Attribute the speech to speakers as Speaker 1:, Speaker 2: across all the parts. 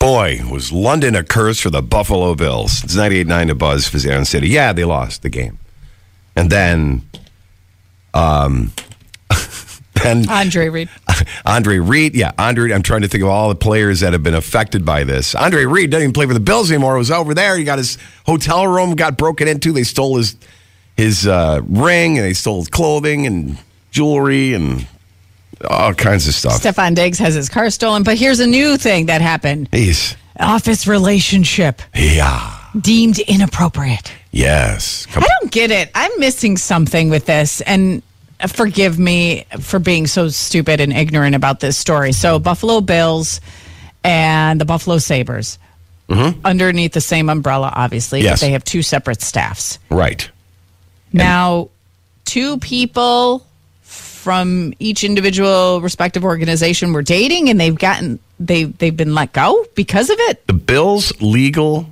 Speaker 1: Boy, was London a curse for the Buffalo Bills. It's 98.9 to Buzz for Zion City. Yeah, they lost the game. And then, um, then
Speaker 2: Andre Reed.
Speaker 1: Andre Reed. Yeah, Andre. I'm trying to think of all the players that have been affected by this. Andre Reed doesn't even play for the Bills anymore. He was over there. He got his hotel room got broken into. They stole his his uh, ring and they stole his clothing and jewelry and all kinds of stuff.
Speaker 2: Stefan Diggs has his car stolen. But here's a new thing that happened
Speaker 1: Jeez.
Speaker 2: office relationship
Speaker 1: Yeah.
Speaker 2: deemed inappropriate.
Speaker 1: Yes. Come
Speaker 2: I don't get it. I'm missing something with this. And forgive me for being so stupid and ignorant about this story. So, Buffalo Bills and the Buffalo Sabres underneath the same umbrella, obviously. but
Speaker 1: Mm-hmm. Yes.
Speaker 2: They have two separate staffs.
Speaker 1: Right.
Speaker 2: Now, two people from each individual respective organization were dating and they've gotten they they've been let go because of it.
Speaker 1: the Bills legal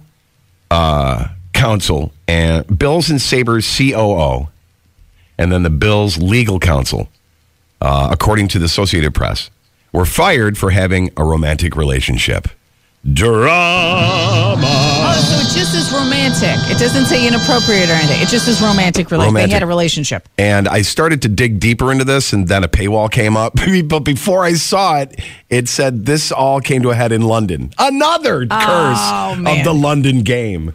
Speaker 1: uh, counsel and Bills and Sabers COO, and then the Bills legal counsel, uh, according to the Associated Press, were fired for having a romantic relationship. Drama.
Speaker 2: Oh, so it just is romantic. It doesn't say inappropriate or anything. It just is romantic relationship. They
Speaker 1: Romantic.
Speaker 2: had a relationship.
Speaker 1: And I started to dig deeper into this, and then a paywall came up. but before I saw it, it said this all came to a head in London. Another curse
Speaker 2: Oh, man.
Speaker 1: of the London game.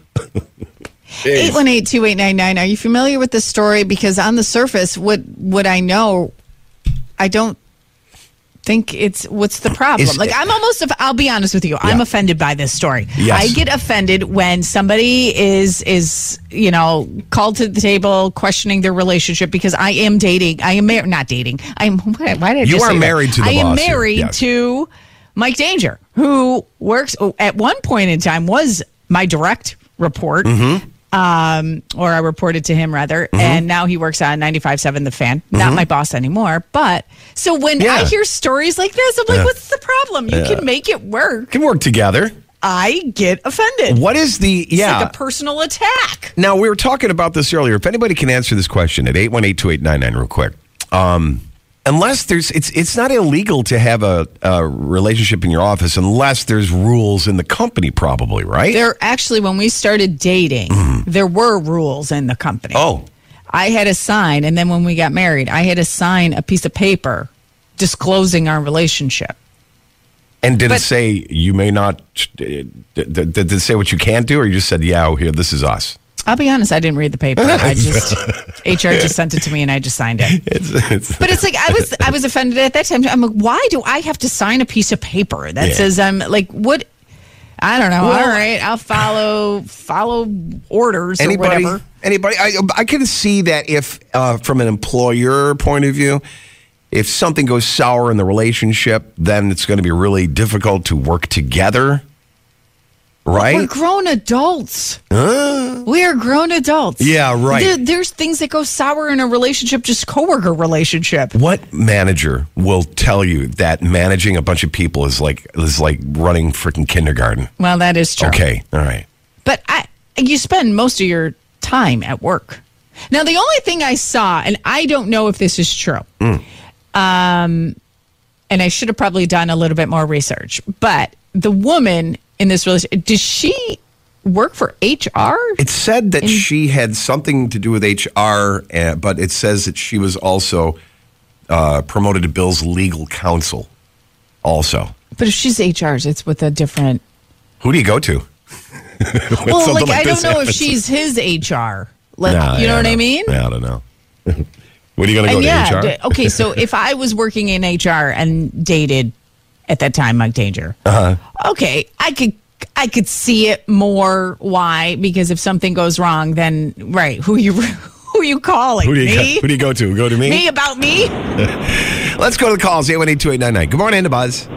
Speaker 2: 818 2899. Are you familiar with this story? Because on the surface, what what I know, I don't think it's what's the problem.
Speaker 1: Is-
Speaker 2: like I'm almost aff- I'll be honest with you. I'm
Speaker 1: Yeah.
Speaker 2: offended by this story.
Speaker 1: Yes.
Speaker 2: I get offended when somebody is is, you know, called to the table questioning their relationship because I am dating. I am mar- not dating. I am why did I
Speaker 1: You
Speaker 2: just
Speaker 1: are
Speaker 2: say that?
Speaker 1: married to the
Speaker 2: I am
Speaker 1: boss here.
Speaker 2: married
Speaker 1: Yes.
Speaker 2: to Mike Danger, who works oh, at one point in time was my direct report
Speaker 1: Mm-hmm.
Speaker 2: um, or I reported to him rather, and now he works on 95.7 The Fan. Not my boss anymore, but so when I
Speaker 1: Mm-hmm. Yeah.
Speaker 2: hear stories like this, I'm like,
Speaker 1: Yeah.
Speaker 2: what's the problem? You can make it work.
Speaker 1: Can work together.
Speaker 2: I get offended.
Speaker 1: What is the yeah?
Speaker 2: It's like a personal attack.
Speaker 1: Now, we were talking about this earlier. If anybody can answer this question at 818 2899 real quick. Um, unless there's, it's, it's not illegal to have a, a relationship in your office unless there's rules in the company, probably, right?
Speaker 2: There actually, when we started dating, there were rules in the company.
Speaker 1: Mm-hmm. oh,
Speaker 2: I had a sign, and then when we got married, I had to sign a piece of paper disclosing our relationship.
Speaker 1: and did it
Speaker 2: But-
Speaker 1: say you may not, uh, did, did did it say what you can't do, or you just said, yeah, oh, here, this is us?
Speaker 2: I'll be honest, I didn't read the paper. I just HR just sent it to me, and I just signed it.
Speaker 1: It's, it's,
Speaker 2: But it's like I was I was offended at that time. I'm like, why do I have to sign a piece of paper that
Speaker 1: Yeah.
Speaker 2: says I'm like what? I don't know.
Speaker 1: Well-
Speaker 2: All right, I'll follow follow orders or
Speaker 1: anybody,
Speaker 2: whatever.
Speaker 1: anybody, I, I can see that if, uh, from an employer point of view, if something goes sour in the relationship, then it's going to be really difficult to work together,
Speaker 2: We're
Speaker 1: right?
Speaker 2: grown adults. We are grown adults.
Speaker 1: Yeah, right.
Speaker 2: There, there's things that go sour in a relationship, just coworker relationship.
Speaker 1: What manager will tell you that managing a bunch of people is like is like running freaking kindergarten?
Speaker 2: Well, that is true.
Speaker 1: Okay, all right.
Speaker 2: But I, you spend most of your time at work. Now, the only thing I saw, and I don't know if this is true,
Speaker 1: Mm.
Speaker 2: um, and I should have probably done a little bit more research, but the woman in this relationship, does she work for HR?
Speaker 1: It said that she had something to do with HR, uh, but it says that she was also uh, promoted to Bill's legal counsel. Also,
Speaker 2: But if she's HR's, it's with a different.
Speaker 1: Who do you go to?
Speaker 2: well, like, I don't know if she's his HR. Like, you know what I mean?
Speaker 1: Yeah, I don't know. what are you going to go
Speaker 2: And
Speaker 1: to
Speaker 2: yeah,
Speaker 1: HR?
Speaker 2: d- okay. So if I was working in HR and dated at that time, Mike Danger, uh-huh. okay, I could I could see it more. Why? Because if something goes wrong, then right, who you who you calling?
Speaker 1: who do you
Speaker 2: me?
Speaker 1: go, who do you go to? Go to me.
Speaker 2: me about me?
Speaker 1: Let's go to the calls. Eight one eight two eight nine nine. Good morning, to Buzz.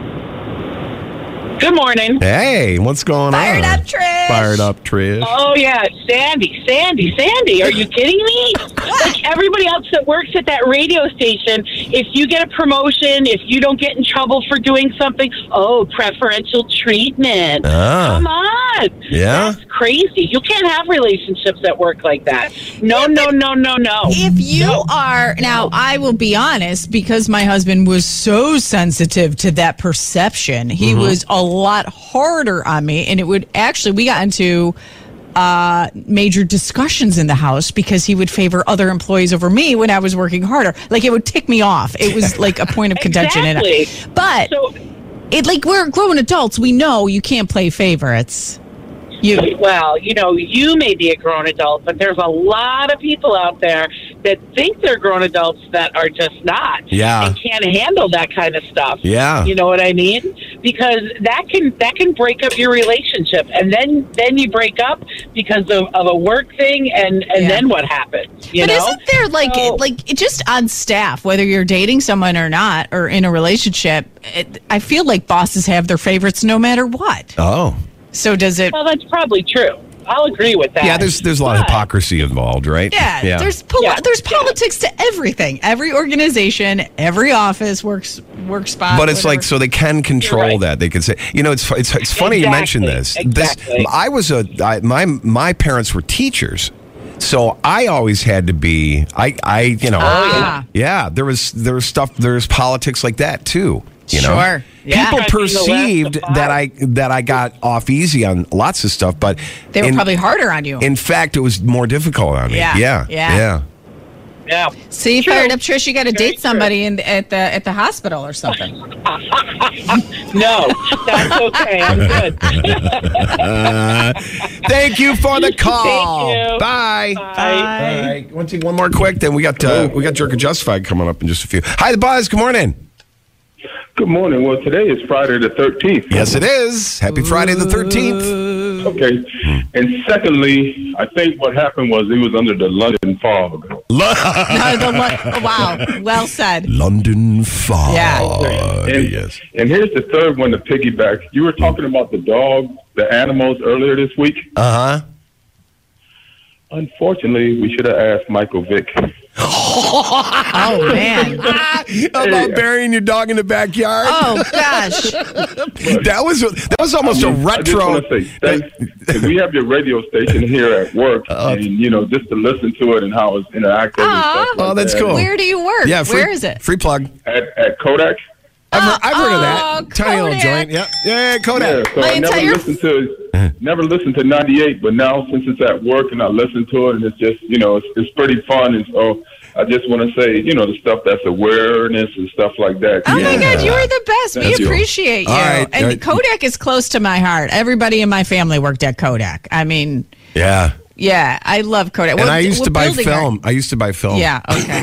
Speaker 3: Good morning.
Speaker 1: Hey, what's going
Speaker 2: Fired
Speaker 1: on?
Speaker 2: up, Trish.
Speaker 1: Ah. Fired up, Trish.
Speaker 3: Oh yeah, Sandy, Sandy, Sandy. Are you kidding me? Like everybody else that works at that radio station, if you get a promotion, if you don't get in trouble for doing something, oh, preferential treatment.
Speaker 1: Ah.
Speaker 3: Come on.
Speaker 1: Yeah?
Speaker 3: That's crazy. You can't have relationships that work like that. No, no, no, no, no.
Speaker 2: If you are now, I will be honest because my husband was so sensitive to that perception. He
Speaker 3: Mm-hmm.
Speaker 2: was a lot harder on me, and it would actually we got into uh, major discussions in the house because he would favor other employees over me when I was working harder. Like it would tick me off. It was like a point of contention. and I-
Speaker 3: Exactly.
Speaker 2: but
Speaker 3: So,
Speaker 2: it like we're grown adults. We know you can't play favorites. You
Speaker 3: well, you know, you may be a grown adult, but there's a lot of people out there that think they're grown adults that are just not.
Speaker 1: Yeah.
Speaker 3: And can't handle that kind of stuff.
Speaker 1: Yeah.
Speaker 3: You know what I mean? Because that can that can break up your relationship and then then you break up because of, of a work thing and and
Speaker 2: Yeah.
Speaker 3: then what happens? You
Speaker 2: but
Speaker 3: know?
Speaker 2: isn't there like
Speaker 3: So-
Speaker 2: like it just on staff, whether you're dating someone or not, or in a relationship? It, I feel like bosses have their favorites no matter what.
Speaker 1: Oh.
Speaker 2: So does it?
Speaker 3: Well, that's probably true. I'll agree with that.
Speaker 1: Yeah, there's there's a lot of
Speaker 3: But-
Speaker 1: hypocrisy involved, right?
Speaker 2: Yeah, there's poli-
Speaker 3: Yeah,
Speaker 2: there's
Speaker 3: yeah.
Speaker 2: politics to everything. Every organization, every office, works work spot.
Speaker 1: but it's like
Speaker 2: whatever.
Speaker 1: so they can control
Speaker 3: right.
Speaker 1: that. They can say, you know, it's fu- it's, it's funny you mention this.
Speaker 3: Exactly, exactly.
Speaker 1: This I was a I, my my parents were teachers, so I always had to be I I you know
Speaker 3: Oh,
Speaker 2: Ah.
Speaker 1: yeah there was there was stuff there's politics like that too. You know,
Speaker 2: Sure. Yeah.
Speaker 1: people
Speaker 3: Trying to be the last
Speaker 1: perceived
Speaker 3: to fight.
Speaker 1: that I that I got off easy on lots of stuff, but
Speaker 2: they were
Speaker 1: in,
Speaker 2: probably harder on you.
Speaker 1: in fact it was more difficult on me.
Speaker 2: Yeah,
Speaker 1: yeah,
Speaker 2: yeah.
Speaker 3: Yeah.
Speaker 2: See,
Speaker 3: True.
Speaker 2: fired up, Trish. You got to
Speaker 3: Very
Speaker 2: date somebody in, at the at the hospital or something.
Speaker 3: No, that's okay. I'm good.
Speaker 1: Thank you for the call.
Speaker 3: Thank you.
Speaker 1: Bye.
Speaker 3: Bye.
Speaker 1: All right, want to take one more quick? Then we got uh, we got Jerk and Justified coming up in just a few. Hi, the Buzz. Good morning.
Speaker 4: Good morning. Well, today is Friday the 13th.
Speaker 1: Yes, it is. Happy Friday the thirteenth.
Speaker 2: Uh,
Speaker 4: Okay.
Speaker 1: Mm.
Speaker 4: And secondly, I think what happened was he was under the London fog.
Speaker 2: Uh, the one- wow, well said.
Speaker 1: London fog.
Speaker 2: Yeah.
Speaker 4: And,
Speaker 1: Oh, Yes.
Speaker 4: and here's the third one to piggyback. You were talking about the dog, the animals earlier this week.
Speaker 1: Uh huh.
Speaker 4: Unfortunately, we should have asked Michael Vick.
Speaker 2: Oh man.
Speaker 1: About burying your dog in the backyard.
Speaker 2: Oh gosh.
Speaker 1: That was that was almost a
Speaker 4: I just
Speaker 1: retro.
Speaker 4: want to say thanks. we have your radio station here at work,
Speaker 1: Uh,
Speaker 4: and you know just to listen to it and how it's interactive. and
Speaker 2: Aw.
Speaker 4: stuff like
Speaker 1: Oh, that's
Speaker 4: that.
Speaker 1: cool.
Speaker 2: Where do you work?
Speaker 1: yeah. Free,
Speaker 2: Where is it?
Speaker 1: Free plug.
Speaker 4: At, at Kodak.
Speaker 1: I've, heard, I've heard of
Speaker 2: oh,
Speaker 1: that. Tiny little
Speaker 2: Kodak.
Speaker 1: joint. Yep. Yeah.
Speaker 4: Yeah,
Speaker 1: Kodak.
Speaker 4: so
Speaker 2: My
Speaker 4: I never
Speaker 2: entire-
Speaker 4: listened to never listened to '98, but now since it's at work and I listen to it, and it's just you know it's, it's pretty fun. And so I just want to say you know the stuff that's awareness and stuff like that.
Speaker 2: Oh my
Speaker 4: Yeah.
Speaker 2: God, you are the best.
Speaker 4: Thank
Speaker 2: we
Speaker 4: you.
Speaker 2: appreciate you.
Speaker 1: All right, uh,
Speaker 2: and
Speaker 1: all right.
Speaker 2: Kodak is close to my heart. Everybody in my family worked at Kodak. I mean,
Speaker 1: Yeah.
Speaker 2: yeah, I love Kodak.
Speaker 1: And
Speaker 2: What-
Speaker 1: I used
Speaker 2: what
Speaker 1: to buy
Speaker 2: building are-
Speaker 1: film. I used to buy film.
Speaker 2: yeah, okay.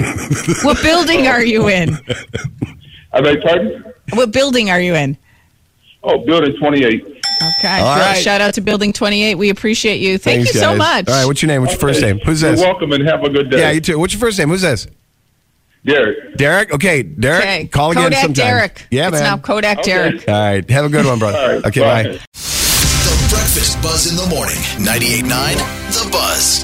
Speaker 2: what building are you in?
Speaker 4: I beg your pardon?
Speaker 2: What building are you in?
Speaker 4: Oh, building
Speaker 2: Okay.
Speaker 4: 28.
Speaker 1: All
Speaker 2: good.
Speaker 1: right.
Speaker 2: Shout out to Building 28. We appreciate you. Thank
Speaker 1: Thanks,
Speaker 2: you so
Speaker 1: guys.
Speaker 2: much.
Speaker 1: All right, what's your name? What's your first name? Who's
Speaker 4: You're
Speaker 1: this?
Speaker 4: welcome and have a good day.
Speaker 1: Yeah, you too. What's your first name? Who's this?
Speaker 4: Derek.
Speaker 1: Derek. Okay, Derek.
Speaker 2: okay.
Speaker 1: Call again
Speaker 2: Kodak
Speaker 1: sometime.
Speaker 2: Derek.
Speaker 1: Yeah,
Speaker 2: it's
Speaker 1: man.
Speaker 2: now Kodak Derek.
Speaker 1: All right. Have a good one, brother.
Speaker 4: All right,
Speaker 1: okay,
Speaker 4: bye.
Speaker 1: bye.
Speaker 5: The Breakfast Buzz in the morning. 98.9 The Buzz.